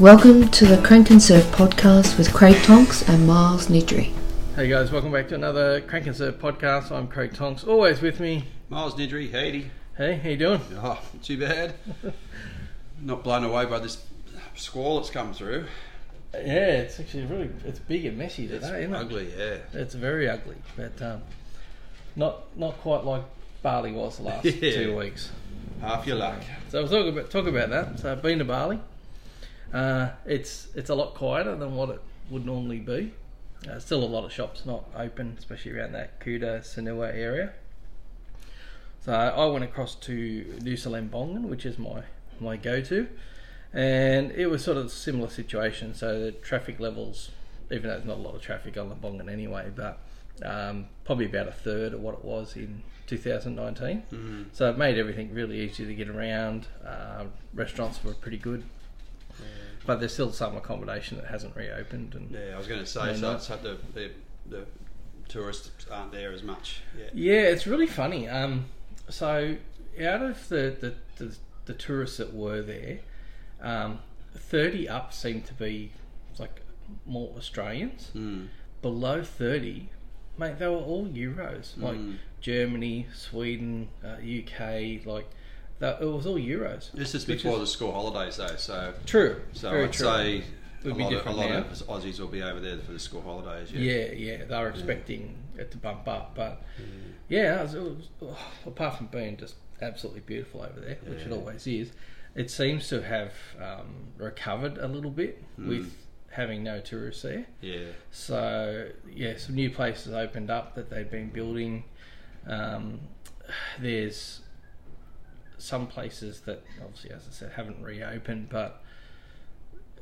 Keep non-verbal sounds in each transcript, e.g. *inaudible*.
Welcome to the Crank and Serve podcast with Craig Tonks and Miles Nidri. Hey guys, welcome back to another Crank and Serve podcast. I'm Craig Tonks, always with me. Miles Nidri, Haiti. Hey, how you doing? Oh, not too bad. Not blown away by this squall that's come through. Yeah, it's actually really it's big and messy today, It's isn't ugly, yeah. it? It's very ugly, but um, not not quite like Bali was the *laughs* last Yeah. two weeks. Half your luck. So we'll talk about talk about that. So I've been to Bali. Uh, it's it's a lot quieter than what it would normally be. Uh, still a lot of shops not open, especially around that Kuta Sanua area. So I went across to New Salembongan, which is my my go-to, and it was sort of a similar situation. So the traffic levels, even though there's not a lot of traffic on the Bongan anyway, but um, probably about a third of what it was in 2019. So it made everything really easy to get around. Uh, restaurants were pretty good, but there's still some accommodation that hasn't reopened. And Yeah, I was going to say, No, so no. it's had the, the, the tourists aren't there as much. Yeah. Yeah, it's really funny. Um, so out of the the, the, the tourists that were there, um, thirty up seemed to be like more Australians. Mm. Below thirty, mate, they were all Euros, Hmm. like Germany, Sweden, uh, UK, like. That, it was all euros. This is which before the school holidays, though, so True. so very I'd true. say a It'll be lot, of, a different lot now. of Aussies will be over there for the school holidays. Yeah. Yeah, yeah, they were expecting it to bump up, but yeah, it was, it was- oh, apart from being just absolutely beautiful over there, which it always is, it seems to have um, recovered a little bit with having no tourists there. Yeah. So yeah, some new places opened up that they've been building. Um, there's some places that obviously, as I said, haven't reopened, but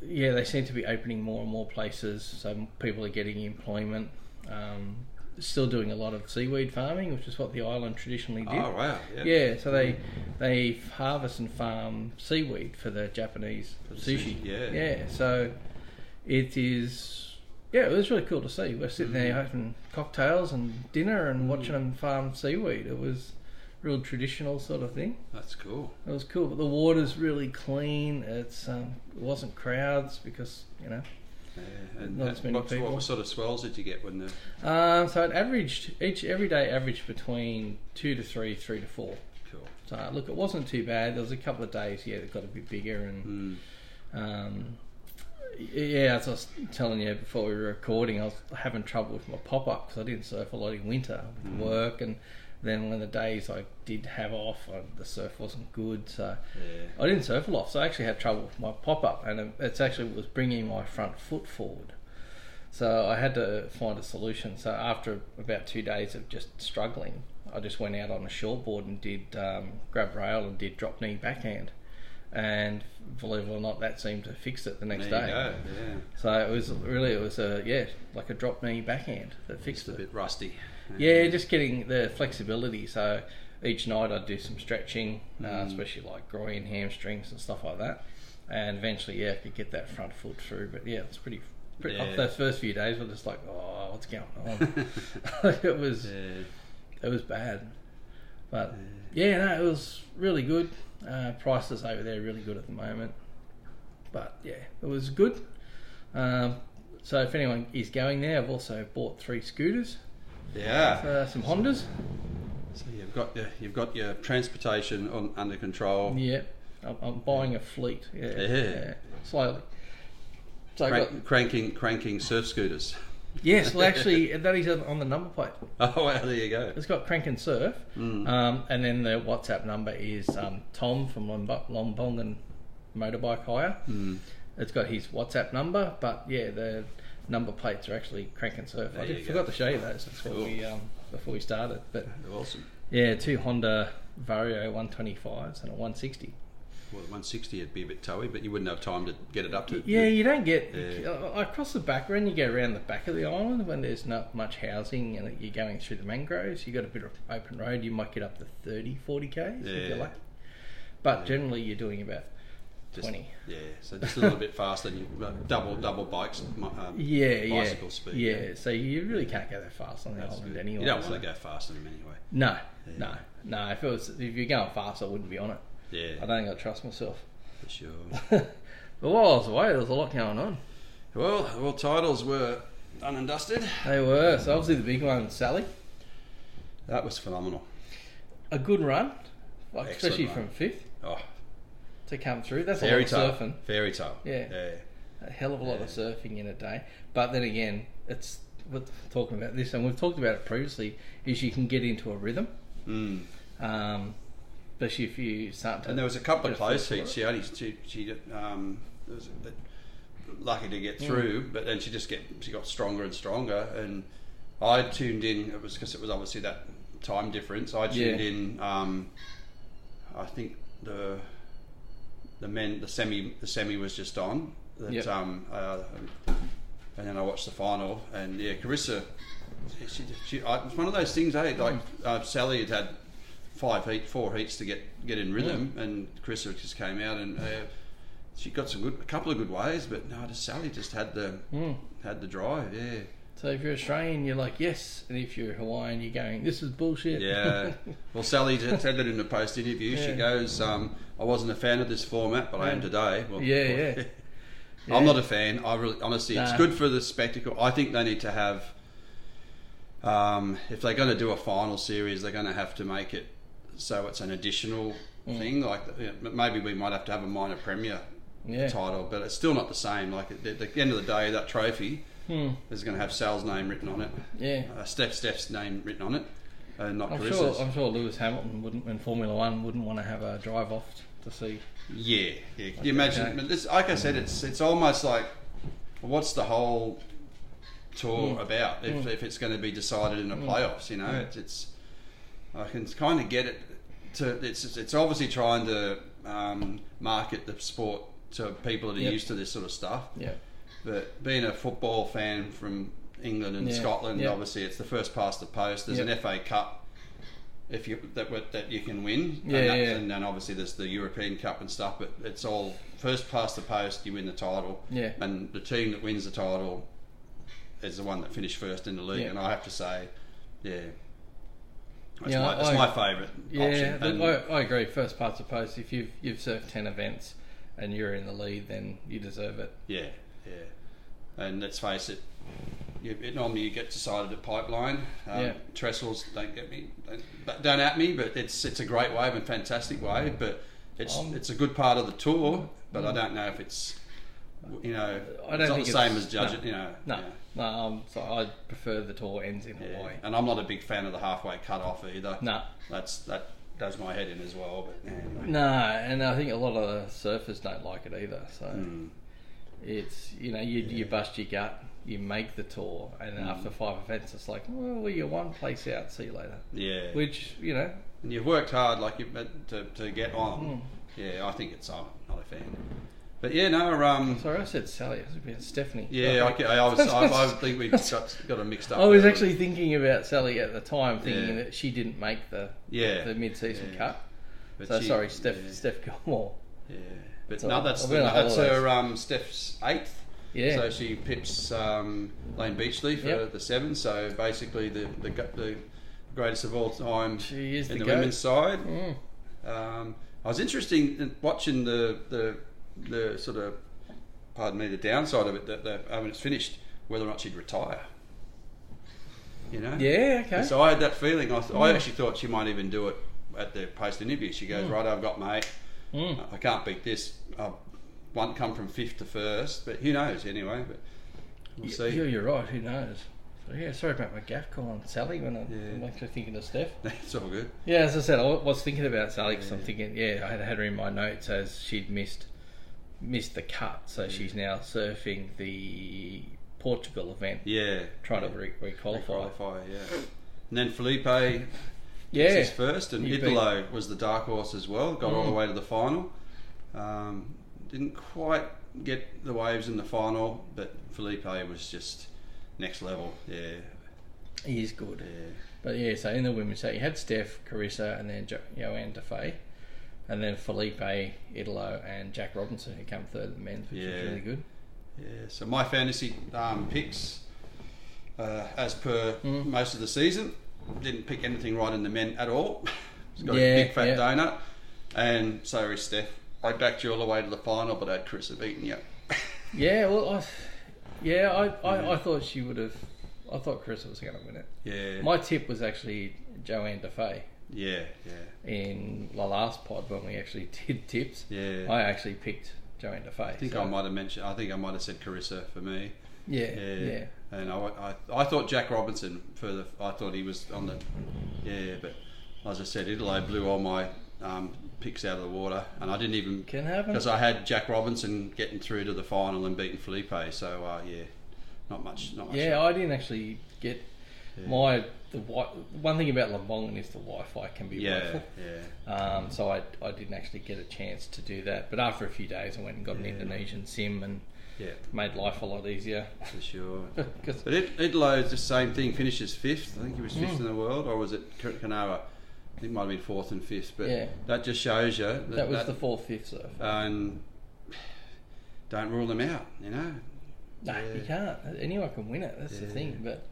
yeah, they seem to be opening more and more places. So people are getting employment. Um, still doing a lot of seaweed farming, which is what the island traditionally did. Oh, wow. Yeah. Yeah, so they they harvest and farm seaweed for the Japanese sushi. sushi, yeah. yeah. So it is. Yeah, it was really cool to see. We're sitting there having cocktails and dinner and watching them farm seaweed. It was real traditional sort of thing. That's cool. It was cool, but the water's really clean. It's um, it wasn't crowds because you know. Yeah. And Not as that- many what, people. what sort of swells did you get when the. Um, so it averaged each every day averaged between two to three, three to four. Cool. So look, it wasn't too bad. There was a couple of days, yeah, that got a bit bigger, and Mm. um, yeah, as I was telling you before we were recording, I was having trouble with my pop up because I didn't surf a lot in winter with work, and then when the days I did have off, I, the surf wasn't good, so Yeah. I didn't surf a lot. So I actually had trouble with my pop up, and it it's actually was bringing my front foot forward. So I had to find a solution. So after about two days of just struggling, I just went out on a shortboard and did um, grab rail and did drop knee backhand, and believe it or not, that seemed to fix it the There next you day. go. Yeah. So it was really it was a yeah like a drop knee backhand that fixed It's a it. bit rusty. Yeah, just getting the flexibility. So each night I'd do some stretching, uh, Mm. especially like groin, hamstrings, and stuff like that. And eventually, yeah, I could get that front foot through. But yeah, it's pretty. pretty Yeah. Those first few days were just like, oh, what's going on? *laughs* *laughs* it was Yeah. it was bad, but yeah, no, it was really good. Uh, prices over there are really good at the moment, but yeah, it was good. Um, so if anyone is going there, I've also bought three scooters, Yeah. uh, some Hondas. So you've got your, you've got your transportation on, under control. Yeah, I'm, I'm buying a fleet. Yeah, Yeah. slowly. So I got Crank, cranking cranking surf scooters. *laughs* *laughs* yes. Well, actually, that is on the number plate. Oh wow, there you go. It's got crank and surf, Mm. um, and then the WhatsApp number is um, Tom from Lomb- Lombongan Motorbike Hire. Mm. It's got his WhatsApp number, but yeah, the number plates are actually crank and surf. I There did, you go. forgot to show you those before Cool. we um, before we started, but Awesome. yeah, two Honda Vario 125s and a 160. Well, 160 would be a bit towy, but you wouldn't have time to get it up to. Yeah, you don't get Yeah. uh, across the back when you go around the back of the island when there's not much housing and you're going through the mangroves. You got a bit of open road. You might get up to 30, 40 k's if you're Yeah. lucky. But generally, you're doing about just, 20. Yeah, so just a little bit faster. than You, uh, double double bikes. mi- Um, Yeah, yeah, bicycle speed. Yeah, so you really can't go that fast on the That's island good. anyway. You don't so- want to go faster than them anyway. No, no, no. If it was, if you're going fast, I wouldn't be on it. Yeah, I don't think I trust myself. for sure. But while I was away, there was a lot going on. Well, the world titles were done and dusted. They were. So obviously the big one, Sally. That was phenomenal. A good run, like Excellent especially run. from fifth Oh, to come through. That's a lot fairy of tale. surfing. Fairy tale. Yeah. yeah. A hell of a lot of surfing in a day. But then again, it's we're talking about this, and we've talked about it previously. Is you can get into a rhythm, Mm. um, especially if you start to. And there was a couple get of feel close for heats. it. She only she, she um, was a bit lucky to Mm. get through, but then she just get she got stronger and stronger. And I tuned in. It was because it was obviously that time difference. I tuned Yeah. in. Um, I think the the men the semi the semi was just on. That, Yep. um, uh, and then I watched the final, and yeah, Carissa. She, she, I, it's one of those things, eh? Mm. Like uh, Sally had had five heat, four heats to get get in rhythm, and Carissa just came out and uh, she got some good, a couple of good ways, but no, just Sally just had the Mm. had the drive, yeah, So if you're Australian, you're like yes, and if you're Hawaiian, you're going this is bullshit. *laughs* yeah. well, Sally had said that in a post interview. She Yeah. goes, um, "I wasn't a fan of this format, but I am Yeah. today." Well, Yeah, yeah. I'm Yeah. not a fan. I really, honestly, it's Nah. good for the spectacle. I think they need to have, um, if they're going to do a final series, they're going to have to make it so it's an additional Mm. thing. Like you know, maybe we might have to have a minor premiere yeah. title, but it's still not the same. Like at the, at the end of the day, that trophy Hmm. is going to have Sal's name written on it, Yeah. uh, Steph Steph's name written on it, and not I'm sure. Carissa's. I'm sure Lewis Hamilton wouldn't, in Formula One, wouldn't want to have a drive off to see. Yeah, yeah. Can you imagine? okay. but This, like I said, it's it's almost like what's the whole Hmm. tour about if, if it's going to be decided in the playoffs? You know, it's, it's I can kind of get it. To it's it's obviously trying to um, market the sport to people that are Yep. used to this sort of stuff. Yeah. But being a football fan from England and Yeah, Scotland, yeah. obviously it's the first past the post. There's Yeah. an FA Cup if you that wa- that you can win, Yeah, and, that- yeah. and then obviously there's the European Cup and stuff. But it's all first past the post. You win the title, Yeah. and the team that wins the title is the one that finished first in the league. Yeah. And I have to say, yeah. That's Yeah, my, that's I- my favourite Yeah, option. but And- I, I agree. First past the post. If you've you've surfed ten events and you're in the lead, then you deserve it. Yeah, yeah. And let's face it, you, it normally you get decided at pipeline. Um, Yeah. Trestles don't get me, don't, but don't at me. But it's it's a great wave and fantastic wave. But it's Um, mm. it's a good part of the tour. But I don't know if it's you know I don't it's not think the same it's- as judge no, it. You know, No, yeah. no. Um, so I prefer the tour ends in Yeah. Hawaii. And I'm not a big fan of the halfway cut off either. No, that's that does my head in as well. But anyway. no, and I think a lot of surfers don't like it either. So Hmm. Mm. it's you know you you bust your gut, you make the tour, and Hmm. then after five events, it's like well you're one place out. See you later. yeah, Which you know and you've worked hard, like you to to get Hmm. on. Yeah, I think it's I'm not a fan. But yeah, no, um, Sorry, I said Sally. It was been Stephanie. yeah, I, I, I was, *laughs* I, I think we got, got it mixed up. I was there. actually thinking about Sally at the time, thinking Yeah. that she didn't make the yeah, the mid-season Yeah. cut. but so she- sorry, Steph yeah, Steph Gilmore. yeah. but So no, that's I've the, been on that's holidays. her um, Steph's eighth. Yeah. So she pips um, Lane Beachley for Yep. the seven. So basically, the the, gu- the greatest of all time She is in the the, goat. women's side. Mm. Um, I was interesting in watching the, the the sort of pardon me the downside of it that, that uh, when it's finished whether or not she'd retire. You know. Yeah. Okay. Mm. And So I had that feeling. I, th- I actually thought she might even do it at the post interview. She goes, "Right, I've got mate. Mm. I can't beat this. I've one come from fifth to first, but who knows anyway. But we'll Y- see. yeah, you're right. Who knows? So, yeah. Sorry about my gaff call on Sally when I- Yeah. I'm actually thinking of Steph. *laughs* That's all good. Yeah, as I said, I was thinking about Sally 'cause I'm thinking, yeah, I had had her in my notes as she'd missed missed the cut, so she's now surfing the Portugal event, Yeah. trying yeah. to re- re-qualify. qualify. Yeah. And then Felipe Yeah, This is first, and You beat- Mm. Idolo was the dark horse as well. Got all the way to the final. Um, didn't quite get the waves in the final, but Felipe was just next level. Yeah, he is good. yeah, But yeah, so in the women's set, you had Steph, Carissa, and then jo- Joanne DeFay, and then Felipe Idolo and Jack Robinson, who come third in the men's, which Yeah. is really good. yeah. So my fantasy um, picks, uh, as per Mm. most of the season, didn't pick *laughs* anything right in the men at all. He's got Yeah, a big fat yeah. donut, and so is Steph. I backed you all the way to the final, but I had Carissa beaten you. Yeah, well, I, yeah, I, I, I thought she would have. I thought Chris was going to win it. Yeah. My tip was actually Joanne DeFay yeah, yeah, in the last pod when we actually *laughs* did tips. yeah. I actually picked Joanne DeFay. I think I might have mentioned. I think I might have said Carissa for me. Yeah, Yeah. yeah. And I, wa- I, I thought Jack Robinson for the. I thought he was on the. Yeah, but as I said, Italy blew all my um, picks out of the water, and I didn't even Can happen. because I had Jack Robinson getting through to the final and beating Felipe. So uh, yeah, not much. Not much. Yeah, I didn't actually get Yeah. my the wi- one thing about Lembongan is the Wi-Fi can be Yeah, woeful. yeah. Um, so I, I didn't actually get a chance to do that. But after a few days, I went and got an Yeah. Indonesian sim and Yeah, made life a lot easier. *laughs* for sure. 'Cause- But it, Idlo is the same thing. Finishes fifth. I think he was Mm. fifth in the world, or was it Kanawa? I think it might have been fourth and fifth. But Yeah. that just shows you that, that was that- the four fifth surf. and don't rule them out. You know. No, you can't. Anyone can win it. That's Yeah. the thing. But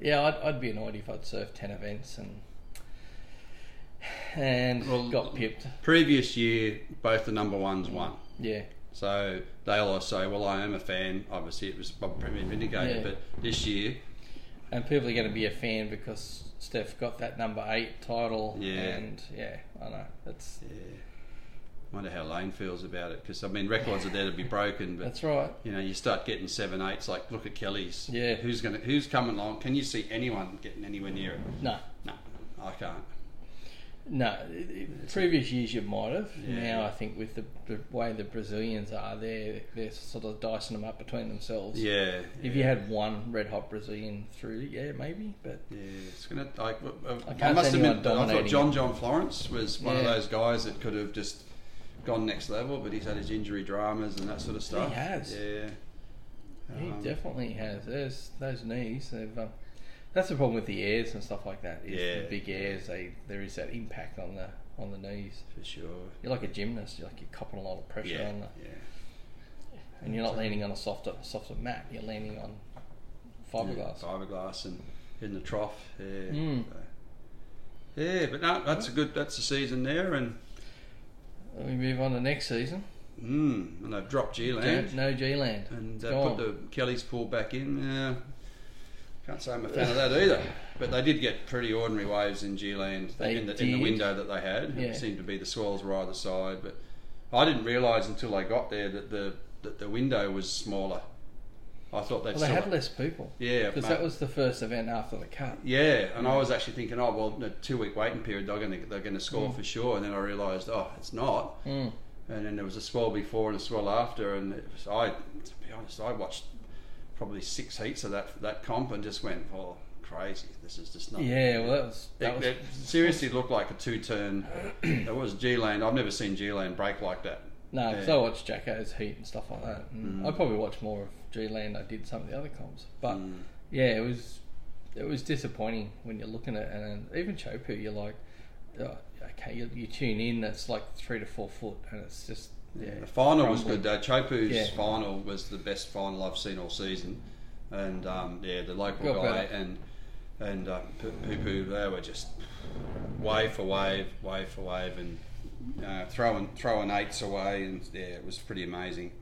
yeah, I'd, I'd be annoyed if I'd surfed ten events and *sighs* and Well, got pipped. Previous year, both the number ones won. Yeah, So they'll all say, "Well, I am a fan." Obviously, it was Bob Premier vindicated, Yeah. but this year, and people are going to be a fan because Steph got that number eight title. Yeah. and yeah, I know that's yeah. Wonder how Lane feels about it because I mean, records are there to be broken, but that's right. you know, you start getting seven eights. Like, look at Kelly's. Yeah. Who's gonna? Who's coming along? Can you see anyone getting anywhere near it? No, No, I can't. no. it- it- Previous years you might have. Yeah. Now I think with the, the way the Brazilians are, they're they're sort of dicing them up between themselves. Yeah. If you had one red hot Brazilian through, yeah, maybe. But Yeah, it's gonna. I, I, can't I must see admit, anyone that I thought dominating John it. John Florence was one of Yeah. those guys that could have just gone next level, but he's had his injury dramas and that sort of stuff. has. Yeah. He Um, definitely has. There's those knees. They've, um, that's the problem with the airs and stuff like that. Is Yeah. the big airs. They there is that impact on the on the knees. for sure. You're like a gymnast. You're like you're copping a lot of pressure Yeah. on the, yeah. and you're not leaning on a softer softer mat. You're leaning on fiberglass. Yeah, fiberglass and in the trough. Yeah. Mm. So, yeah, but no, that's a good. That's the season there, and Then we move on to next season. mm, and they've dropped Geeland No G land. and Go uh, put on. the Kelly's pool back in. Yeah. Can't say I'm a fan of that either. But they did get pretty ordinary waves in Geeland They in, the, in the did. window that they had. Yeah. It seemed to be the swells were either side, but I didn't realise until I got there that the that the window was smaller. I thought they'd Well, they still- had less people yeah because mate. that was the first event after the cut. yeah, and I was actually thinking, oh well, in a two week waiting period, they're going to they're going to score for sure. And then I realised, oh, it's not. Mm. And then there was a swell before and a swell after, and it was, I, to be honest, I watched probably six heats of that that comp and just went, oh, crazy. This is just not. Yeah. Well, that was that It, was it seriously looked like a two *clears throat* turn. it was G Lane. I've never seen G Lane break like that. No, because Yeah. Mm. I watched Jacko's Heat and stuff like that. And I probably watched more of G Land. I did some of the other comps, but Um, yeah, it was it was disappointing when you're looking at and then even Chopu, you're like, oh, okay, you, you tune in, that's like three to four foot, and it's just yeah. The final was crumbling. good though. Chopu's Yeah. final was the best final I've seen all season, and um, yeah, the local Got guy better. and and uh, Poo Poo, they were just wave for wave, wave for wave, and uh, throwing throwing eights away, and yeah, it was pretty amazing.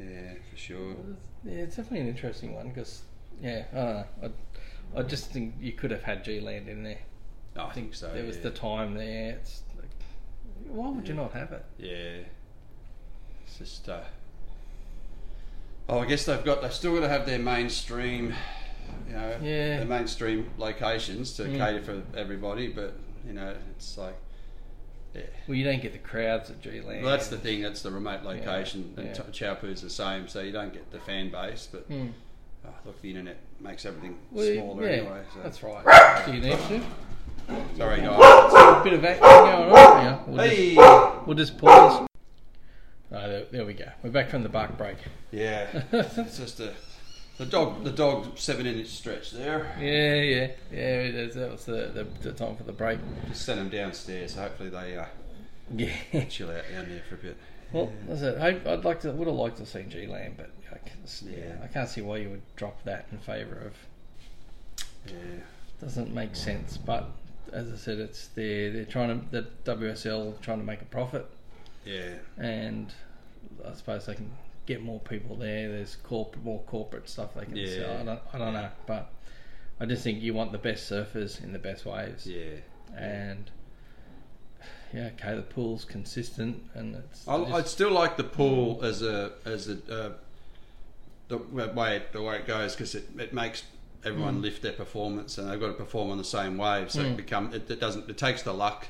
Yeah, for sure. Yeah, it's definitely an interesting one because yeah, I don't know. I, I just think you could have had G Land in there. I think so. there was Oh, yeah. the time there. It's like, why would you not have it? Yeah. It's just. Uh, oh, I guess they've got. They've still got to have their mainstream, you know, Yeah. their mainstream locations to Mm. cater for everybody. But you know, it's like. Yeah. Well, you don't get the crowds at G Land. Well, that's the thing. That's the remote location, Yeah. and Ch- Chowpoo's the same, so you don't get the fan base. But Mm. oh, look, the internet makes everything Well, smaller yeah, anyway. So. That's right. Do you need to? Sorry, guys. A bit of action going on here. We'll, just, Hey. we'll just pause. Ah, there, there we go. We're back from the bark break. *laughs* Yeah, it's just a, the dog. The dog seven inch stretch there. Yeah, yeah, yeah. It is. That was the, the, the time for the break. *laughs* Just send them downstairs. Hopefully they uh, Yeah. chill out down there for a bit. Well, that's it. I, I'd like to. Would have liked to have seen G Land, but I can't, Yeah. I can't see why you would drop that in favour of. Yeah. Doesn't make sense. But as I said, it's they're they're trying to the WSL trying to make a profit. Yeah. and I suppose they can get more people there. There's corp- more corporate stuff they can Yeah. sell. I don't, I don't know, but I just think you want the best surfers in the best waves, Yeah. and yeah, okay, the pool's consistent and it's I, just- I'd still like the pool as a as a uh, the way the way it goes because it, it makes everyone Mm. lift their performance and they've got to perform on the same wave so it become it, it doesn't it takes the luck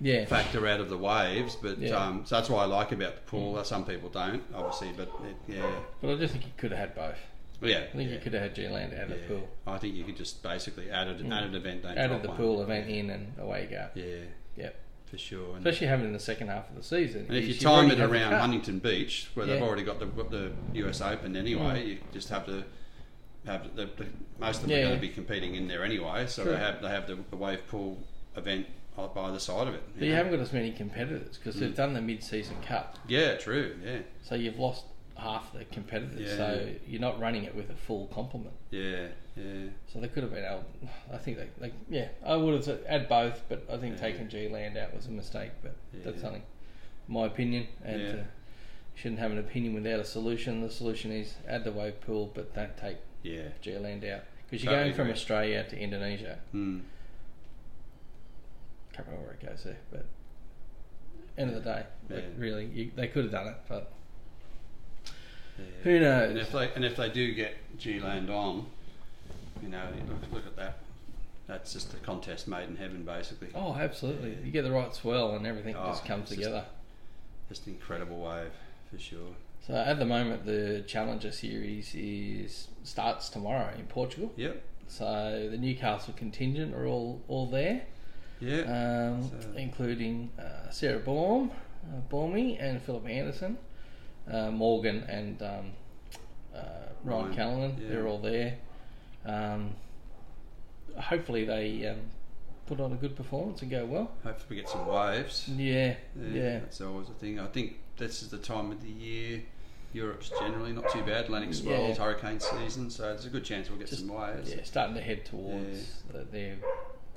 yeah, factor out of the waves but Yeah. Mm. um, so that's what I like about the pool. Some people don't obviously, but it, yeah, but I just think you could have had both. But yeah. I think yeah. you could have had G Land out of the pool, I think you could just basically add, it, add an event. Don't out drop of the one. pool event in and away you go. Yeah, Yep. for sure. And, Especially having it in the second half of the season. and if you you've time already it had the around cut. Huntington Beach, where they've Yeah. Mm. already got the, got the US Open anyway, you just have to have the, the most of them are Yeah. going to be competing in there anyway. So True. they have they have the, the wave pool event on- by the side of it. But you know. haven't got as many competitors because Mm. they've done the mid-season cut. yeah, true. Yeah, So you've lost half the competitors. Yeah. So you're not running it with a full complement. yeah, yeah. So they could have been able. I think they, they yeah. I would have said add both, but I think taking G Land out was a mistake. But that's Yeah. something, my opinion, and Yeah. uh, you shouldn't have an opinion without a solution. The solution is add the wave pool, but don't take Yeah, G Land out because you're Totally going from agree. Australia to Indonesia. mm. Can't remember where it goes there, but end of the day, like, Yeah. really, you, they could have done it, but yeah. who knows? And if they and if they do get G Land on, you know, you look, look at that. That's just a contest made in heaven, basically. Oh, absolutely. You get the right swell and everything Oh, just comes it's just- together. Just an incredible wave for sure. So at the moment, the Challenger Series is starts tomorrow in Portugal. Yep. So the Newcastle contingent are all all there, Yeah. um, So- including uh, Sarah Baum, uh, Balmy, and Philip Anderson, uh, Morgan, and um, uh, Ryan Ryan, Callanan. yeah. They're all there. Um, hopefully they um, put on a good performance and go well. Hopefully we get some waves. Yeah, yeah. That's always a thing. I think this is the time of the year. Europe's generally not too bad. Atlantic swells, Yeah. hurricane season, so there's a good chance we'll get Just- some waves. Yeah, starting to head towards uh, they're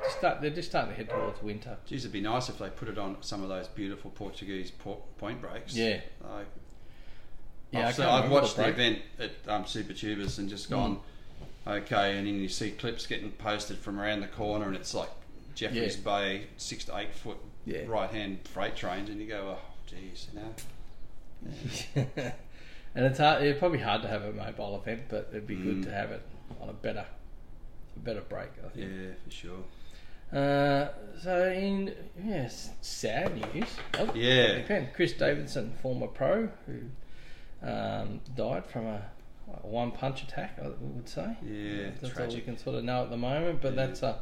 just start, they're just starting to head towards winter. Geez, it'd be nice if they put it on some of those beautiful Portuguese por- point breaks. Yeah, Like, yeah. I've, I seen- can't I've remember watched the, break. event at um, Super Tubers and just gone, Mm. okay, and then you see clips getting posted from around the corner, and it's like Jeffreys Yeah. Bay six to eight foot Yeah. right hand freight trains, and you go, oh, geez, you know. *laughs* and it's hard. It's probably hard to have a mobile event, but it'd be good to have it on a better, a better break. I think. Mm. Yeah, for sure. Uh, so in yes, sad news. Oh, Yeah. depend. Chris Davidson, former pro, who um, died from a, a one punch attack. I would say. Yeah, that's all we tragic. can sort of know at the moment. But Yeah. that's a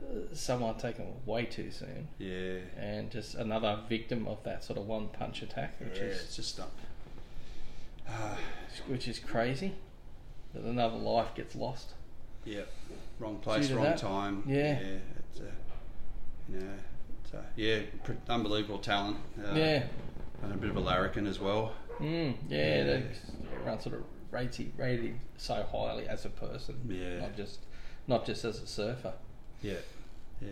uh, someone taken way too soon, Yeah. and just another victim of that sort of one punch attack, which yeah, is Ah. it's just not. which is crazy. That another life gets lost. Yeah, wrong place, to wrong that. time. Yeah. it's, uh, you know, it's, uh, yeah, pr- unbelievable talent. Uh, yeah. and a bit of a larrikin as well. Mm, yeah, that's everyone sort of rates him, rated him so highly as a person, Yeah. not just not just as a surfer. Yeah, yeah,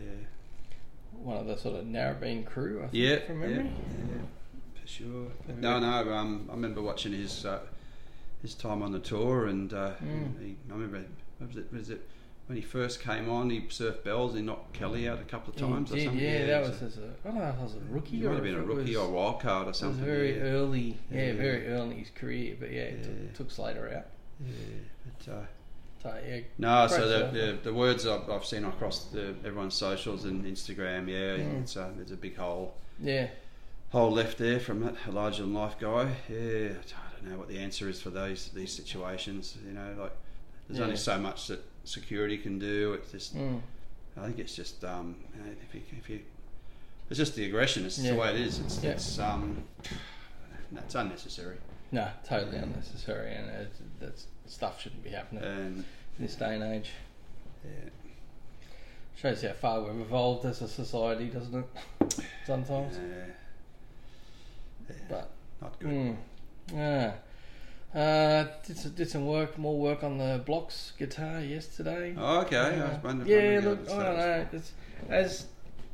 One of the sort of Narrabeen crew, I think, yeah, from yeah, memory. yeah, for sure. No, no, um, I remember watching his uh, his time on the tour, and uh, Mm. he, I remember what was it was it when he first came on, he surfed bells, he knocked Kelly out a couple of He times. Mm, did, or something. yeah, that so- was as a, I don't know if it was a rookie He or might have if been a it rookie was, or a wild card or It was something. very yeah. early, yeah, Yeah. very early in his career, but yeah, it Yeah. took, took Slater out. Yeah, but, uh, So, yeah, No, Great so stuff. the, the, the words I've, I've seen across the, everyone's socials and Instagram, yeah, Mm. it's a, there's a big hole yeah, hole left there from that Elijah and Life guy. Yeah, I don't know what the answer is for those these situations. You know, like there's only Yeah. so much that security can do. It's just, mm, I think it's just, um, you know, if you, if you, it's just the aggression. It's Yeah. the way it is. It's, Yeah. it's um, *sighs* no, it's unnecessary. no, totally unnecessary, and it, that's stuff shouldn't be happening And in this day and age. yeah, Shows how far we've evolved as a society, doesn't it? *laughs* Sometimes, yeah, but not good. mm, yeah. Uh, did some, did some work, more work on the blocks guitar yesterday. Oh, okay. I was Uh, wondering- yeah, wondering look, if I that don't was- know. It's, as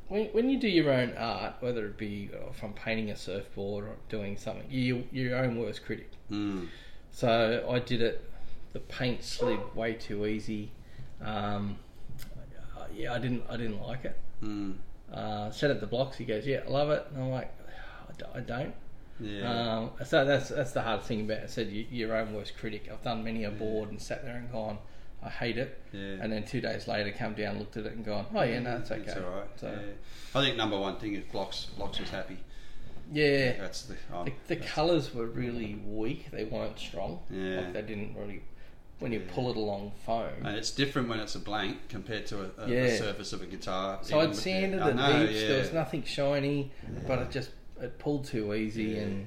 when, when you do your own art, whether it be uh, from painting a surfboard or doing something, you you're your own worst critic. Mm. So I did it. The paint slid way too easy. Um, uh, yeah, I didn't I didn't like it. Mm. Uh, said at the blocks, he goes, "Yeah, I love it," and I'm like, "I d- "I don't." Yeah. Um, so that's that's the hardest thing about it. I said you, your own worst critic. I've done many a board and sat there and gone, I hate it. Yeah. And then two days later, come down, looked at it, and gone, oh yeah, no, it's okay. It's all right. So Yeah. I think number one thing is blocks. Blocks was happy. yeah, That's the. Um, the, the colours were really weak. They weren't strong. Yeah. Like they didn't really. When you pull it along foam, and it's different when it's a blank compared to a, a, Yeah. a surface of a guitar. so Even I'd with- sanded I it know, deep. yeah. There was nothing shiny, but it just it pulled too easy Yeah. and.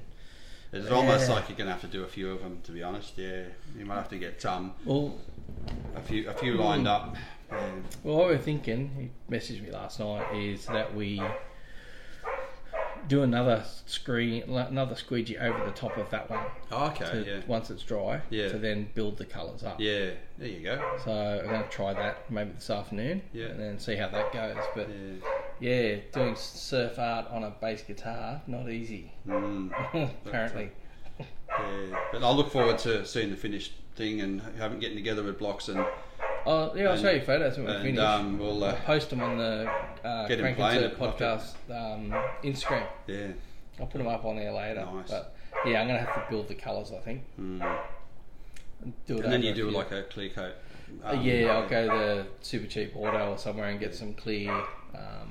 It's almost Yeah. like you're gonna have to do a few of them, to be honest. Yeah, you might have to get um, Well, a few a few Hmm. lined up. Um, Well, what we're thinking, he messaged me last night, is that we do another screen, another squeegee over the top of that one Oh, okay, to- yeah, once it's dry, Yeah. to then build the colours up. yeah. There you go. So I'm going to try that maybe this afternoon Yeah. and then see how that goes. But Yeah. yeah. doing surf art on a bass guitar, not easy, *laughs* Mm, apparently. yeah. But I look forward to seeing the finished thing and having getting together with blocks and Oh, yeah, I'll show you And- photos when we and finish. um, we'll I'll uh, post them on the uh, get him Crank playing Insert it, I'll podcast um, Instagram. yeah. I'll put them up on there later. Nice. But yeah, I'm gonna have to build the colours. I think. Mm. Do it And then over you a do few- like a clear coat. Uh, um, yeah, I'll go to super cheap auto or somewhere and get some clear um,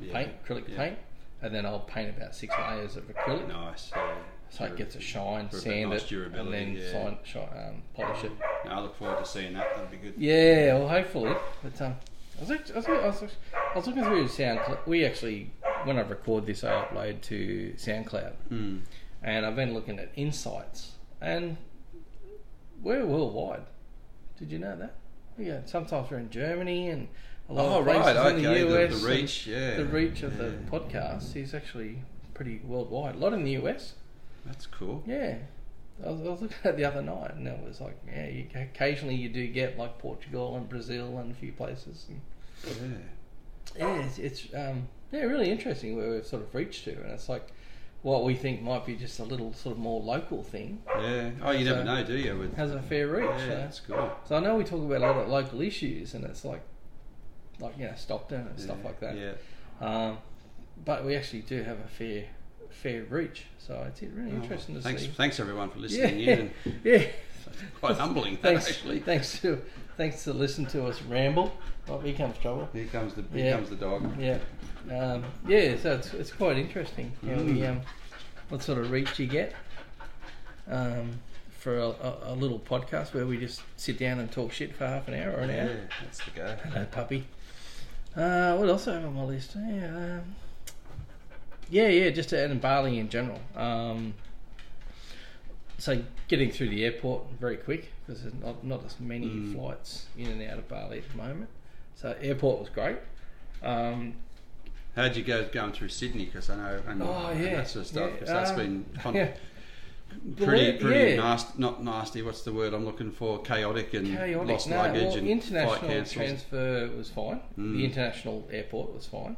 Yeah. paint, acrylic Yeah. paint, and then I'll paint about six layers of acrylic. Nice. Yeah. So it gets a shine, for a bit sand nice it, and durability, then yeah. sign, shine, um, polish it. No, I look forward to seeing that. That'd be good. Yeah, well, hopefully. But um, I was, act- I was, I was, I was looking through sound. Cl- We actually, when I record this, I upload to SoundCloud, Mm. and I've been looking at insights, and we're worldwide. Did you know that? Oh, Yeah, sometimes we're in Germany and a lot Oh of places right, in okay. the The, US. the and reach, yeah. the reach of the Yeah. podcast is actually pretty worldwide. A lot in the US. That's cool. Yeah. I was, I was looking at it the other night, and it was like, yeah, you, occasionally you do get like Portugal and Brazil and a few places. And Yeah. yeah, it's, it's um, yeah, really interesting where we've sort of reached to, and it's like what we think might be just a little sort of more local thing Yeah. Oh, you never So- know, do you? With has a fair reach. yeah, so- that's cool. So I know we talk about a lot of local issues, and it's like, like you know, Stockton and stuff Yeah, like that. Yeah. Um, but we actually do have a fair, fair reach. So it's really interesting to Oh, thanks, see. Thanks everyone for Yeah, listening in. yeah. Quite humbling, that, thanks, *laughs* actually. Thanks to, thanks to listen to us ramble. Well, here comes trouble. Here comes the Yeah. here comes the dog. Yeah, um, yeah. So it's it's quite interesting how we um, what sort of reach you get um, for a, a, a little podcast where we just sit down and talk shit for half an hour or an Yeah, hour. that's the guy. Hello, puppy. Uh, what else do I have on my list? Yeah, um, yeah, yeah, just and Bali in general. Um, so getting through the airport very quick because there's not, not as many Mm. flights in and out of Bali at the moment. So airport was great. Um, How'd you go going through Sydney? Because I know and, Oh, and yeah, that sort of stuff. yeah, 'cause that's uh, been con- yeah, pretty Well, pretty yeah. nasty. Not nasty. What's the word I'm looking for? Chaotic and chaotic. lost no, luggage well, and flight international cancels. transfer was fine. The Mm. international airport was fine.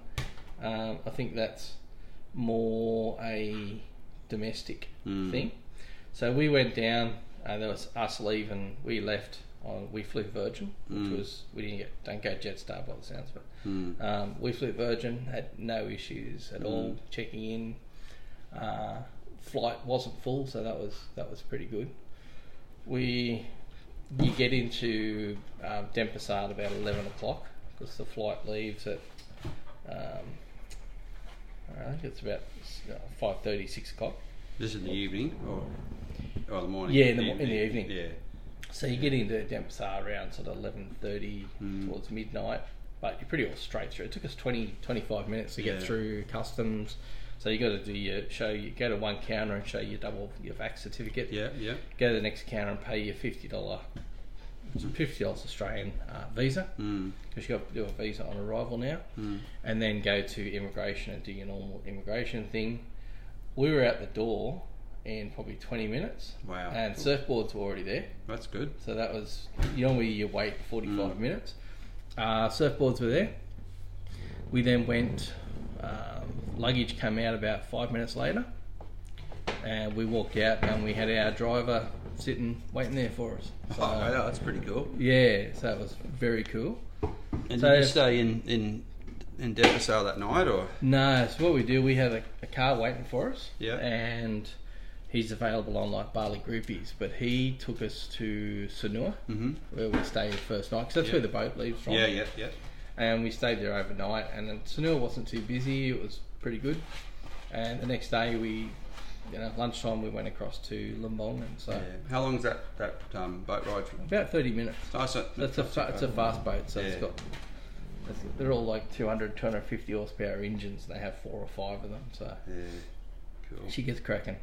Um, I think that's more a domestic Mm. thing. So we went down, and there was us leaving. We left on. We flew Virgin, which Mm. was we didn't get don't go Jetstar by the sounds of it. Mm. Um, we flew Virgin, had no issues at all checking in. Uh, flight wasn't full, so that was that was pretty good. We you get into um, Denpasar at about eleven o'clock because the flight leaves at um, I think it's about uh, five thirty, six o'clock. This is in the evening or, or the morning? Yeah, in the mo- in the evening. Yeah. So you get into Denpasar around sort of eleven thirty Hmm. towards midnight, but you're pretty all straight through. It took us 20, 25 minutes to get Yeah. through customs. So you got to do your show. You go to one counter and show your double your vac certificate. Yeah, yeah. Go to the next counter and pay your fifty dollar, fifty dollars Australian uh, visa Mm. because you have to do a visa on arrival now, Hmm. and then go to immigration and do your normal immigration thing. We were out the door in probably twenty minutes. Wow. And surfboards were already there. That's good. So that was normally you wait Mm. 45 minutes. Uh, surfboards were there. We then went Um, luggage came out about five minutes later, and we walked out and we had our driver sitting waiting there for us. So, Oh, wow, that's pretty cool. yeah, so it was very cool. And So- did you stay in in in Depersale that night, or No, so what we do, we have a, a car waiting for us. Yeah. And he's available on like Bali Groupies, but he took us to Sanua, Mhm. where we stayed first night, because that's Yeah. where the boat leaves from. yeah, yeah, yeah. And we stayed there overnight, and then Sanua wasn't too busy, it was pretty good. And the next day, we, you know, lunchtime, we went across to Limbong, and so yeah. How long's that that um, boat ride from? about 30 minutes. Oh, so, That's a, fa- it's a fast boat, so it's Yeah. got. it's- They're all like 200, 250 horsepower engines. They have four or five of them, so. yeah, cool. she gets cracking.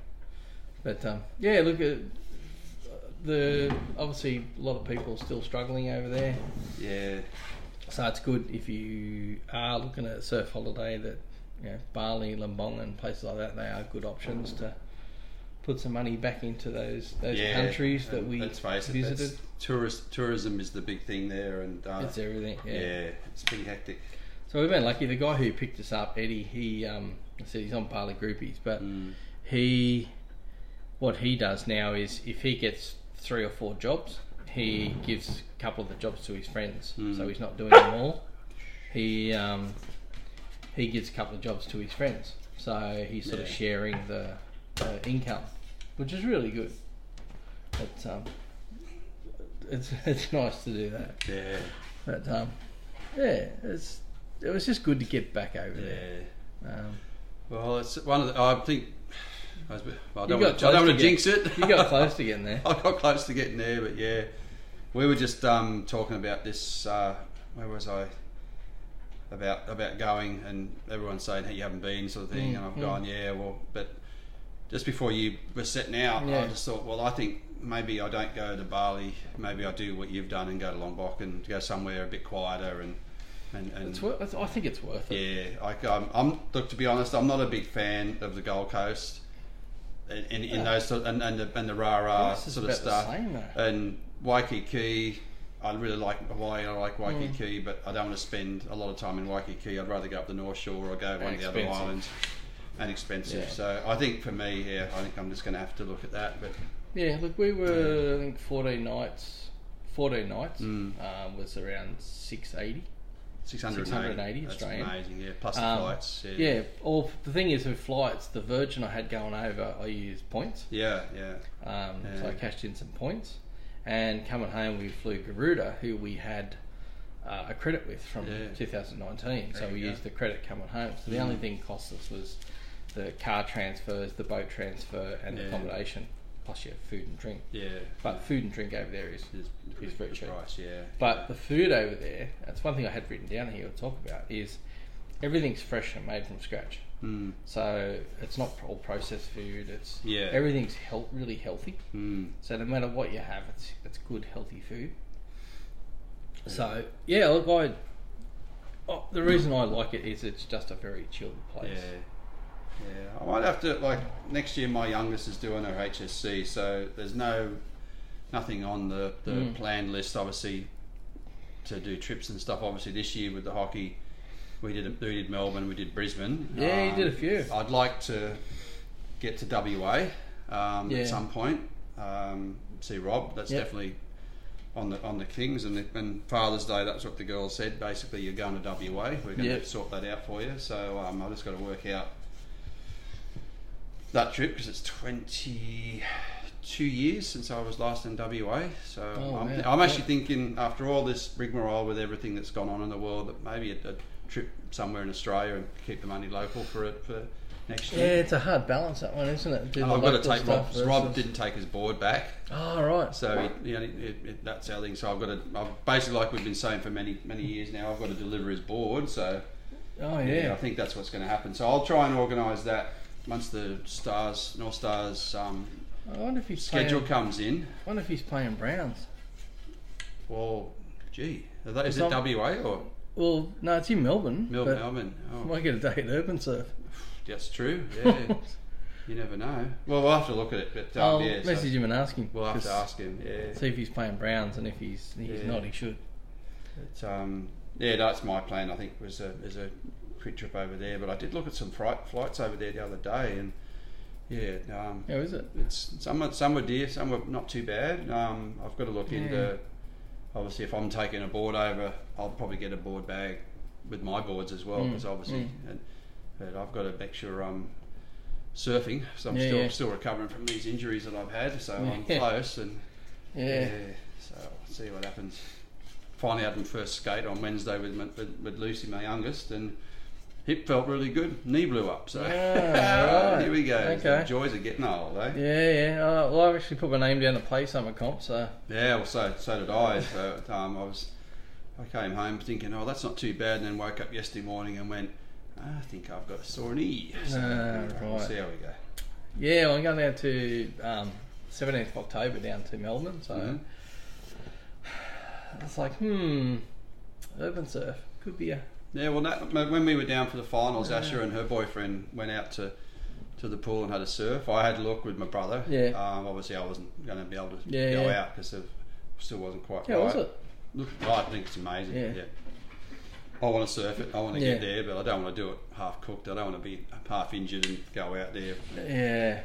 But um, yeah, look at uh, the obviously a lot of people still struggling over there, Yeah, so it's good if you are looking at a surf holiday that you know Bali, Lombong, and places like that they are good options to put some money back into those those yeah. countries that And we let's face it, visited. that's- tourist tourism is the big thing there, and uh, it's everything, yeah. yeah. it's pretty hectic. So we've been lucky. The guy who picked us up, Eddie, he um, I said he's on Bali Groupies, but he, what he does now is if he gets three or four jobs, he gives a couple of the jobs to his friends. So he's not doing them all. He um, he gives a couple of jobs to his friends. So he's sort of Yeah. sharing the, the income, which is really good. It's um, it's *laughs* it's nice to do that. Yeah, But um, yeah, it's it was just good to get back over there. yeah. Um, Well, it's one of the. I think. I, was- well, I don't You got want to, I don't close want to to jinx it. you *laughs* got close to getting there. I got close to getting there, but yeah, we were just um, talking about this. Uh, where was I? About about going, and everyone's saying, "Hey, you haven't been," sort of thing. Mm, and I've mm. gone, "Yeah, well," but just before you were setting out, I Yeah. just thought, "Well, I think maybe I don't go to Bali. Maybe I do what you've done and go to Lombok and go somewhere a bit quieter and and and." It's, wor- it's, I think it's worth it. yeah, like um, I'm. Look, to be honest, I'm not a big fan of the Gold Coast, and in, in those sort and and the, and the rah rah This Uh, is uh, sort of about the stuff Uh, same, though. and Waikiki. I really like Hawaii. I like Mm. Waikiki, but I don't want to spend a lot of time in Waikiki. I'd rather go up the North Shore or go one of the other expensive. islands. And expensive. Yeah. So I think for me, yeah, I think I'm just going to have to look at that. But Yeah, look, we were I think fourteen nights. Fourteen nights Mm. um, was around six eighty. 680, 680 that's Australian. amazing. Yeah, plus the Um, flights. Yeah. Yeah. All the thing is with flights, the Virgin I had going over, I used points. yeah, yeah. Um, So Yeah. I cashed in some points, and coming home we flew Garuda, who we had uh, a credit with from Yeah. 2019. so There we you go. Mm. used the credit coming home. So the only thing cost us was the car transfers, the boat transfer, and Yeah. accommodation, plus your food and drink. yeah. But food and drink over there is. It's, It's very the cheap. price, yeah. But the food over there, that's one thing I had written down here to talk about is everything's fresh and made from scratch. Mm, So it's not all processed food. It's Yeah. everything's health really healthy. mm. So no matter what you have, it's it's good healthy food. So yeah, look, I oh, the reason I like it is it's just a very chilled Yeah. place. Yeah. I might have to like next year my youngest is doing her HSC, so there's no nothing on the, the Mm. planned list obviously to do trips and stuff. Obviously this year with the hockey we did we did Melbourne, we did Brisbane. Um, Yeah, you did a few. I'd like to get to WA um, Yeah. at some point. Um, see Rob, that's Yep. definitely on the on the Kings and, the, and Father's Day. That's what the girl said. Basically, you're going to WA. We're going Yep. to sort that out for you. So um, I've just got to work out that trip because it's 22 years since I was last in WA. So Oh, I'm, man. I'm Yeah. actually thinking after all this rigmarole with everything that's gone on in the world that maybe a, a trip somewhere in Australia and keep the money local for it for next Yeah, year. it's a hard balance that one, isn't it? Do And the I've got to local take Rob. stuff Rob versus- didn't take his board back. Oh right. So he, you know, it, it, that's our thing. So I've got to, I've basically, like we've been saying for many, many years now, I've got to deliver his board. So oh yeah, yeah. I think that's what's going to happen. So I'll try and organise that once the Stars, North Stars um, I wonder if he's schedule Playing, comes in. I wonder if he's playing Browns. Well, gee, are they, It's is it not- WA or Well, no, it's in Melbourne. Mel- but Melbourne? Oh, I might get a day at Urban Surf. *laughs* that's true. Yeah, you never know. Well, we'll have to look at it, but um, I'll yeah, so message him and ask him. we'll have 'cause- to ask him. Yeah. See if he's playing Browns, and if he's he's Yeah. not, he should. But, um, yeah, that's my plan. I think was a, is a quick trip over there. But I did look at some flight, flights over there the other day, and yeah, um, How Oh, is it? it's some were, some were dear, some were not too bad. Um, I've got to look Yeah. into. Obviously, if I'm taking a board over, I'll probably get a board bag with my boards as well, Mm, because obviously, and, but I've got to make sure I'm surfing. So I'm Yeah, still yeah. still recovering from these injuries that I've had. So I'm *laughs* Yeah. close, and Yeah. so I'll see what happens. Finally, had my first skate on Wednesday with, my- with, with Lucy, my youngest, and hip felt really good. Knee blew up, so Ah, right. *laughs* here we go. It's the Okay. joys of getting old, eh? Yeah, yeah. Uh, well, I've actually put my name down to play summer comp, so Yeah, well, so so did I. So um, I was, I came home thinking, oh, that's not too bad, and then woke up yesterday morning and went, I think I've got a sore knee. So, Ah, anyway, We'll right. see how we go. yeah, well, I'm going down to um, 17th of October down to Melbourne. So Mhm. it's like, hmm, urban surf could be a Yeah, well, that, when we were down for the finals, Asher and her boyfriend went out to to the pool and had a surf. I had a look with my brother. Yeah. Um, obviously, I wasn't going to be able to Yeah, go yeah. out because it still wasn't quite yeah, right. was it? Look, I think it's amazing. Yeah. Yeah. I want to surf it. I want to get Yeah. there, but I don't want to do it half cooked. I don't want to be half injured and go out there. Yeah,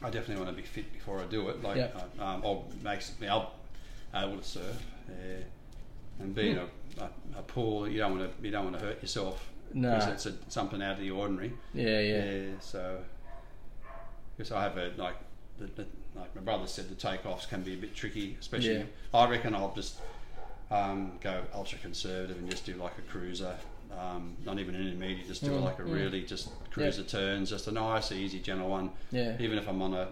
I definitely want to be fit before I do it. Like, Yeah. I, um, I'll make me able to surf. Yeah. And being a, a, a pool, you don't want to you don't want to hurt yourself. No. Because it's a, something out of the ordinary. yeah, Yeah. yeah, so, because I have a like, the, the, like my brother said, the takeoffs can be a bit tricky, especially. Yeah. I reckon I'll just um, go ultra conservative and just do like a cruiser, um, not even an intermediate, just do Mm, like a mm. really just cruiser turns, just a nice easy gentle one. yeah. Even if I'm on a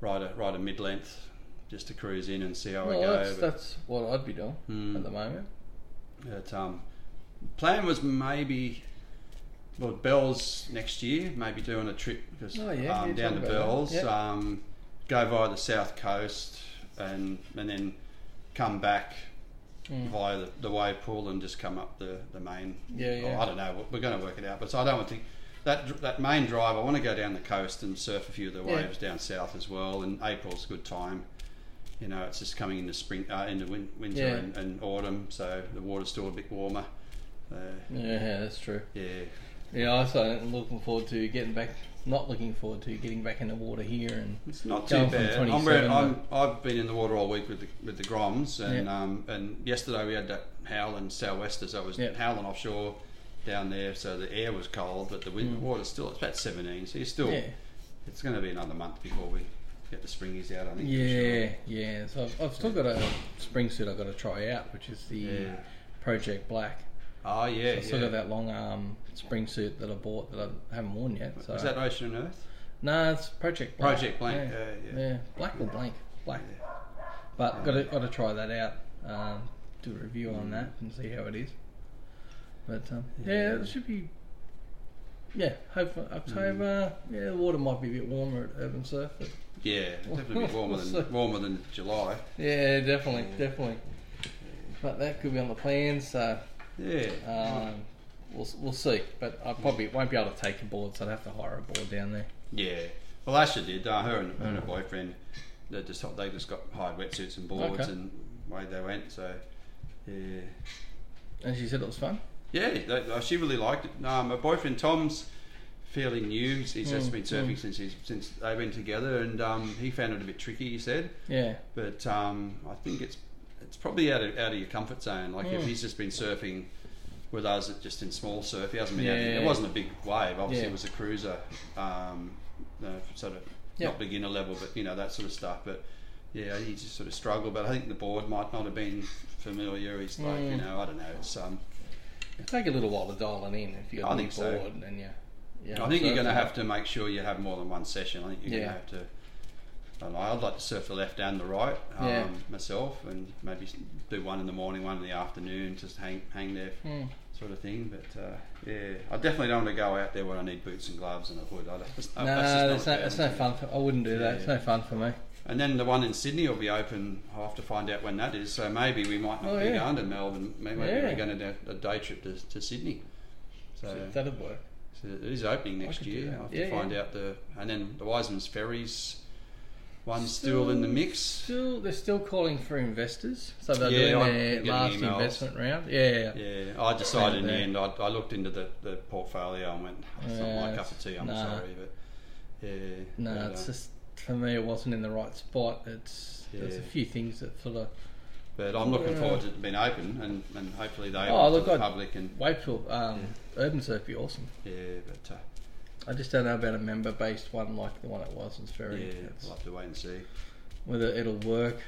ride a ride a mid length, just to cruise in and see how I Well, go. that's, but- that's what I'd be doing Hmm. at the moment. but um, plan was maybe well Bells next year, maybe doing a trip because Oh, yeah, um, you down told me to about that. Bells, Yep. um, go via the south coast, and and then come back Mm. via the, the wave pool and just come up the the main. Yeah, yeah. Oh, I don't know. We're going to work it out, but so I don't want to. That, dr- that main drive, I want to go down the coast and surf a few of the Yeah. waves down south as well. And April's a good time you know, it's just coming into spring, uh, into win- winter Yeah. and, and autumn, so the water's still a bit warmer. Uh, Yeah, that's true. yeah, Yeah, I also am looking forward to getting back. Not looking forward to getting back in the water here and it's not too Going from bad. I'm 27, re- I'm, I've been in the water all week with the with the groms, and Yeah. um, and yesterday we had that howling sou'wester, so it was Yeah. howling offshore down there. So the air was cold, but the wind, water's still it's about 17, so you're still Mm. yeah. it's going to be another month before we get the springies out. I think. for sure. Yeah, yeah. So I've, I've still got a spring suit I've got to try out, which is the Yeah. Project Black. Oh yeah. I've still yeah. got that long arm spring suit that I bought that I haven't worn yet. So. Is that Ocean and Earth? No, it's Project Blank. Project Blank. Yeah, Yeah, yeah. Black or Blank? Black. But got to got to try that out. Um, do a review on that and see how it is. But um, yeah. Yeah. it should be. Yeah, hopefully October. Mm. Yeah, the water might be a bit warmer at Urban Surf. But Yeah, it'll definitely be warmer *laughs* than warmer than July. yeah, definitely, definitely. But that could be on the plans. So Yeah. um, we'll s- we'll see. But I probably won't be able to take a board, so I'd have to hire a board down there. Yeah. Well, Asher did. Uh, her and her and her boyfriend, they just they just got hired wetsuits and boards Okay. and away they went. So, yeah, And she said it was fun. yeah. They, uh, she really liked it. No, my boyfriend Tom's fairly new. He's he's just been surfing since he's, since they've been together, and um, he found it a bit tricky. He said, Yeah. but um, I think it's it's probably out of out of your comfort zone. Like Hmm. if he's just been surfing with us, it- just in small surf, he hasn't been. out Yeah. it wasn't a big wave. Obviously, Yeah. it was a cruiser, um, uh, sort of Yeah. not beginner level, but you know that sort of stuff. But yeah, he just sort of struggled. But I think the board might not have been familiar. He's like, Hmm. you know, I don't know. It's um, It'll take a little while to dial it in if you're I on think so. board and you. Yeah, I think you're going to have to make sure you have more than one session. I think you're Yeah. going to have to. I don't know, I'd like to surf the left and the right um, Yeah. myself, and maybe s- do one in the morning, one in the afternoon, just hang hang there Mm. sort of thing. But uh, yeah, I definitely don't want to go out there when I need boots and gloves and a hood. I don't, *laughs* No, Oh, that's just not that's no, a that's no balance. fun. For, I wouldn't do that. It's yeah. no fun for me. And then the one in Sydney will be open. I'll have to find out when that is. So maybe we might not Oh, be yeah. going to Melbourne. Maybe Yeah. we're going to do a day trip to, to Sydney. So, That'd work. So it is opening next could do year. that. I have Yeah, to find yeah. out the and then the Wiseman's Ferries One's still in the mix. Still, they're still calling for investors, so they're Yeah, doing I'm their getting last emails. investment round. Yeah, Yeah, I decided in the Yeah. end. I, I looked into the, the portfolio and went, it's Yeah, not my cup it's- of tea. I'm nah. sorry, but yeah, no, but, it's uh, just for me, it wasn't in the right spot. It's there's a Yeah. few things that sort of But I'm looking Yeah. forward to it being open and, and hopefully they open Oh, to look, the I'd- public and wait till um, urban surf be awesome. yeah, but uh, I just don't know about a member based one like the one it was in yeah, Sperry. It's- we'll have to wait and see. Whether it'll work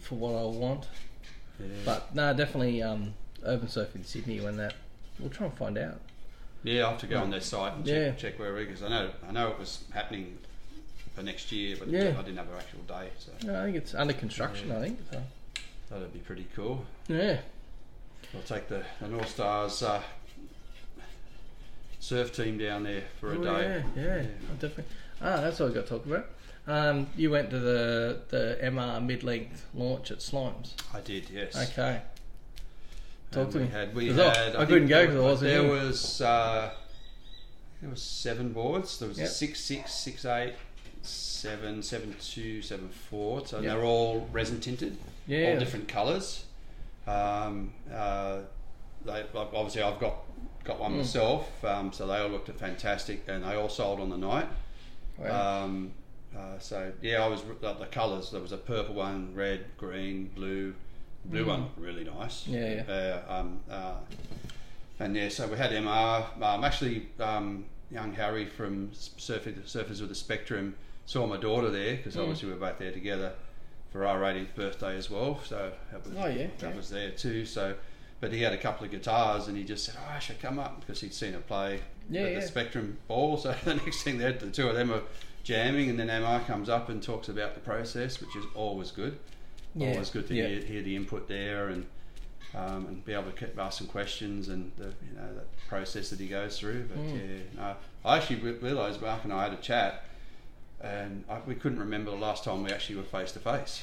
for what I want, Yeah. but no, definitely um, urban surf in Sydney when that. We'll try and find out. yeah, I have to go on their site and Yeah. check, check where it is. I know I know it was happening for next year, but Yeah. I didn't have an actual date, so No, I think it's under construction. I think. So. that'd be pretty cool. Yeah. I'll take the, the North Stars uh, surf team down there for a Oh, day. Yeah, yeah, definitely. Ah, that's what I got to talk about. Um, you went to the the MR mid length launch at Slimes. I did, yes. Okay. Talk And to we me. Had, we 'Cause I- had, I think couldn't go there 'cause I was- wasn't There here. was uh, there was seven boards. There was Yep. a six, six, six, eight, seven, seven, two, seven, four. So Yep. they're all resin tinted, Yeah. all different colours. Um, uh, they like, obviously I've got got Hmm. one myself. Um, so they all looked fantastic, and they all sold on the night. Wow. Um, uh, so yeah, I was like the colours. There was a purple one, red, green, blue. Blue one, really nice. Mm. Yeah, Uh, um, uh, and yeah, so we had MR. Um, actually, um, young Harry from Surfers, Surfers with the Spectrum saw my daughter there because Mm. obviously we were both there together for our 80th birthday as well. So that was, Oh, yeah, that yeah. was there too. So, but he had a couple of guitars and he just said, "Oh, I should come up" because he'd seen her play Yeah, at yeah. the Spectrum Ball. So *laughs* the next thing, they the two of them are jamming, and then MR comes up and talks about the process, which is always good. Yeah. Always good to Yeah. hear, hear the input there and um, and be able to keep asking questions and the you know that process that he goes through. But Mm. yeah, no, I actually re- realised Mark and I had a chat, and I, we couldn't remember the last time we actually were face to face.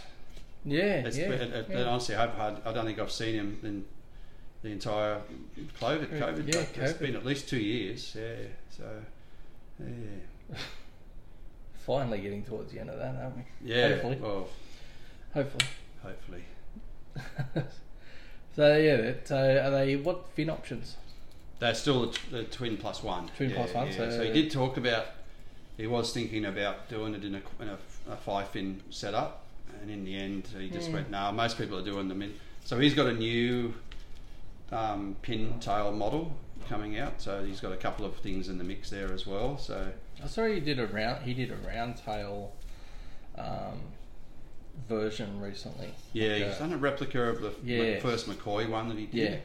yeah. It's, yeah, it, it, yeah. Honestly, I've had, I don't think I've seen him in the entire COVID. COVID Mm, yeah, It's COVID. been at least two years. Yeah. So, yeah. Finally getting towards the end of that, aren't we? Yeah. Hopefully. Well, Hopefully. hopefully. *laughs* so yeah. that- So are they what fin options? They're still the, t- the twin plus one. Twin plus one, so- he did talk about, he was thinking about doing it in a, in a, a five fin setup. And in the end, he just went, no, most people are doing them in. So he's got a new um, pin tail model coming out. So he's got a couple of things in the mix there as well. So, I saw he did a round. He did a round tail um, version recently. Yeah, Like he's a- done a replica of the Yeah. first McCoy one that he yeah. did.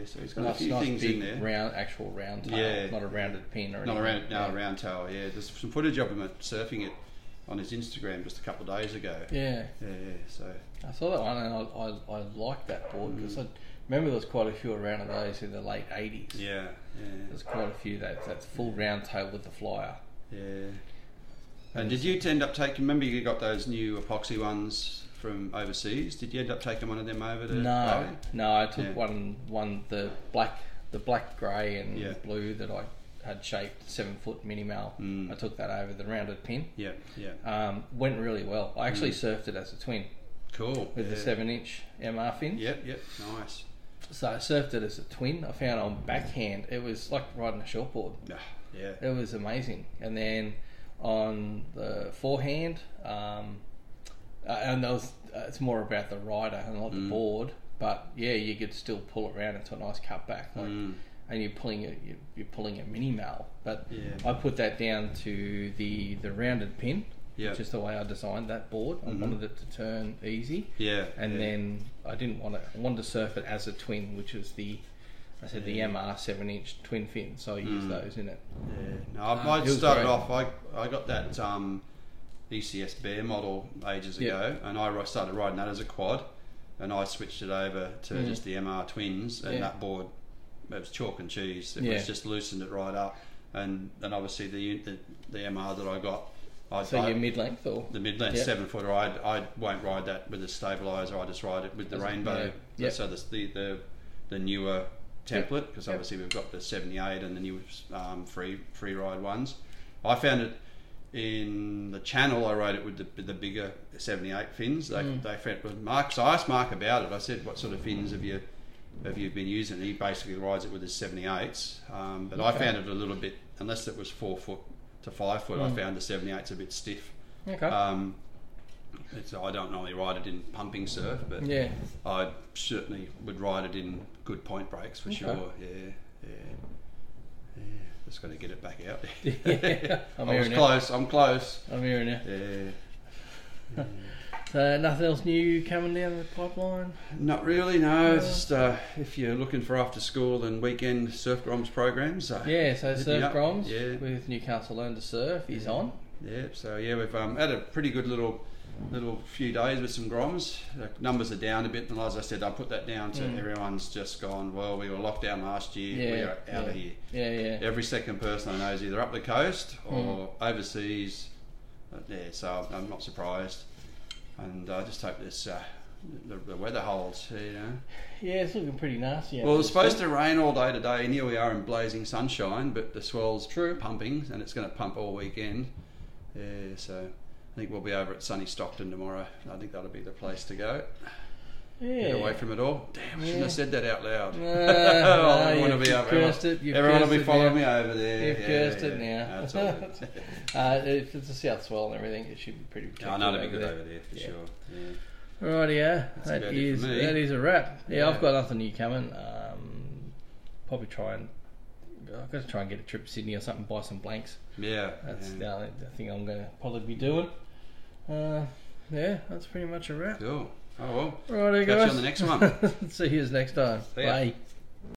Yeah, so he's got Nice, a few nice things big in there. round, actual round tail, Yeah. not a rounded pin or Not anything. around, no, yeah. round tail. Yeah, there's some footage of him at surfing it on his Instagram just a couple of days ago. Yeah, yeah, so I saw that one and I, I, I liked that board because I remember there was quite a few around of those in the late 80s. yeah, yeah, There's quite a few that that's full round tail with the flyer. yeah. And did you end up taking? Remember, you got those new epoxy ones from overseas. Did you end up taking one of them over to? No, Bali? no, I took Yeah. one one the black the black grey and Yeah. blue that I had shaped seven foot mini mal. Mm. I took that over the rounded pin. Yeah, yeah. Um, went really well. I actually surfed it as a twin Cool. with Mm. yeah. the seven inch MR fin. Yep, yep. Nice. So I surfed it as a twin. I found on backhand it was like riding a shortboard. Yeah, yeah. It was amazing. And then on the forehand, um, uh, and that was uh, it's more about the rider and Mm. not the board. But yeah, you could still pull it around into a nice cut back, like, Mm. and you're pulling it. You're, you're pulling a mini mal. But Yeah. I put that down to the the rounded pin, Yeah. which is the way I designed that board. I wanted it to turn easy Yeah, and yeah. then I didn't want to. I wanted to surf it as a twin, which is the I said the MR seven inch twin fin. So I used Mm. those in it. Yeah, no, I, it I was started great. off. I, I got that um, ECS Bear model ages Yeah. ago, and I ri- started riding that as a quad, and I switched it over to just the MR Twins, and Mm. Yeah. that board it was chalk and cheese. It Yeah. was just loosened it right up, and and obviously the u- the, the MR that I got, I, So I- you're mid length or the mid length Yeah. seven footer. I I won't ride that with a stabilizer. I just ride it with the As a- rainbow. yeah. So the the the, the newer Yep. template because Yep. obviously we've got the seventy eight and the new um, free free ride ones. I found it in the channel, I rode it with the, with the bigger 78 fins. They, Mm. they fed with Mark. So I asked Mark about it. I said, "What sort of fins have you have you been using?" And he basically rides it with his 78s. Um, but I Okay. found it a little bit, unless it was four foot to five foot, Mm. I found the 78s a bit stiff. Okay. Um, it's, I don't normally ride it in pumping surf, but yeah. I certainly would ride it in good point breaks for Okay. sure. Yeah, yeah, yeah. Just got to get it back out. *laughs* *laughs* Yeah, I'm I was hearing it. close. I'm close. I'm hearing you. Yeah, So nothing else new coming down the pipeline. not really. No, it's just uh, if you're looking for after school and weekend surf groms programs. Uh, Yeah, so hit me Surf up. Groms Yeah, with Newcastle Learn to Surf is on. yeah. So yeah, we've um, had a pretty good little little few days with some groms. The numbers are down a bit, and as I said, I put that down to everyone's just gone. Well, we were locked down last year. we Mm. Yeah, are out of yeah. here. Yeah, yeah. Every second person I know is either up the coast Mm. or overseas. Uh, yeah, so I'm, I'm not surprised, and I just hope this uh, the, the weather holds. You know. Yeah, it's looking pretty nasty. out Well, it's there. supposed to rain all day today, and here we are in blazing sunshine, but the swell's True. pumping, and it's going to pump all weekend. Yeah, so I think we'll be over at sunny Stockton tomorrow. I think that'll be the place to go. yeah. Get away from it all. Damn, I shouldn't Yeah. have said that out loud. No, *laughs* Oh, no, everyone will you've be over. cursed everyone it, you've everyone will cursed be it now. following me over there. You've yeah, cursed yeah. it now. No, it's *laughs* all good. *laughs* uh, if it's a south swell and everything, it should be pretty. I know it'll be good protected over there for Yeah. sure. Yeah. Right, yeah, That's that about it is for me. that is a wrap. Yeah, Yeah. I've got nothing new coming. Um, probably try and I've got to try and get a trip to Sydney or something, buy some blanks. Yeah. That's yeah. the only the thing I'm going to probably be doing. Uh, yeah, that's pretty much a wrap. Cool. Oh well. Righty, Catch you guys. on the next *laughs* one. See you next time. See ya. Bye.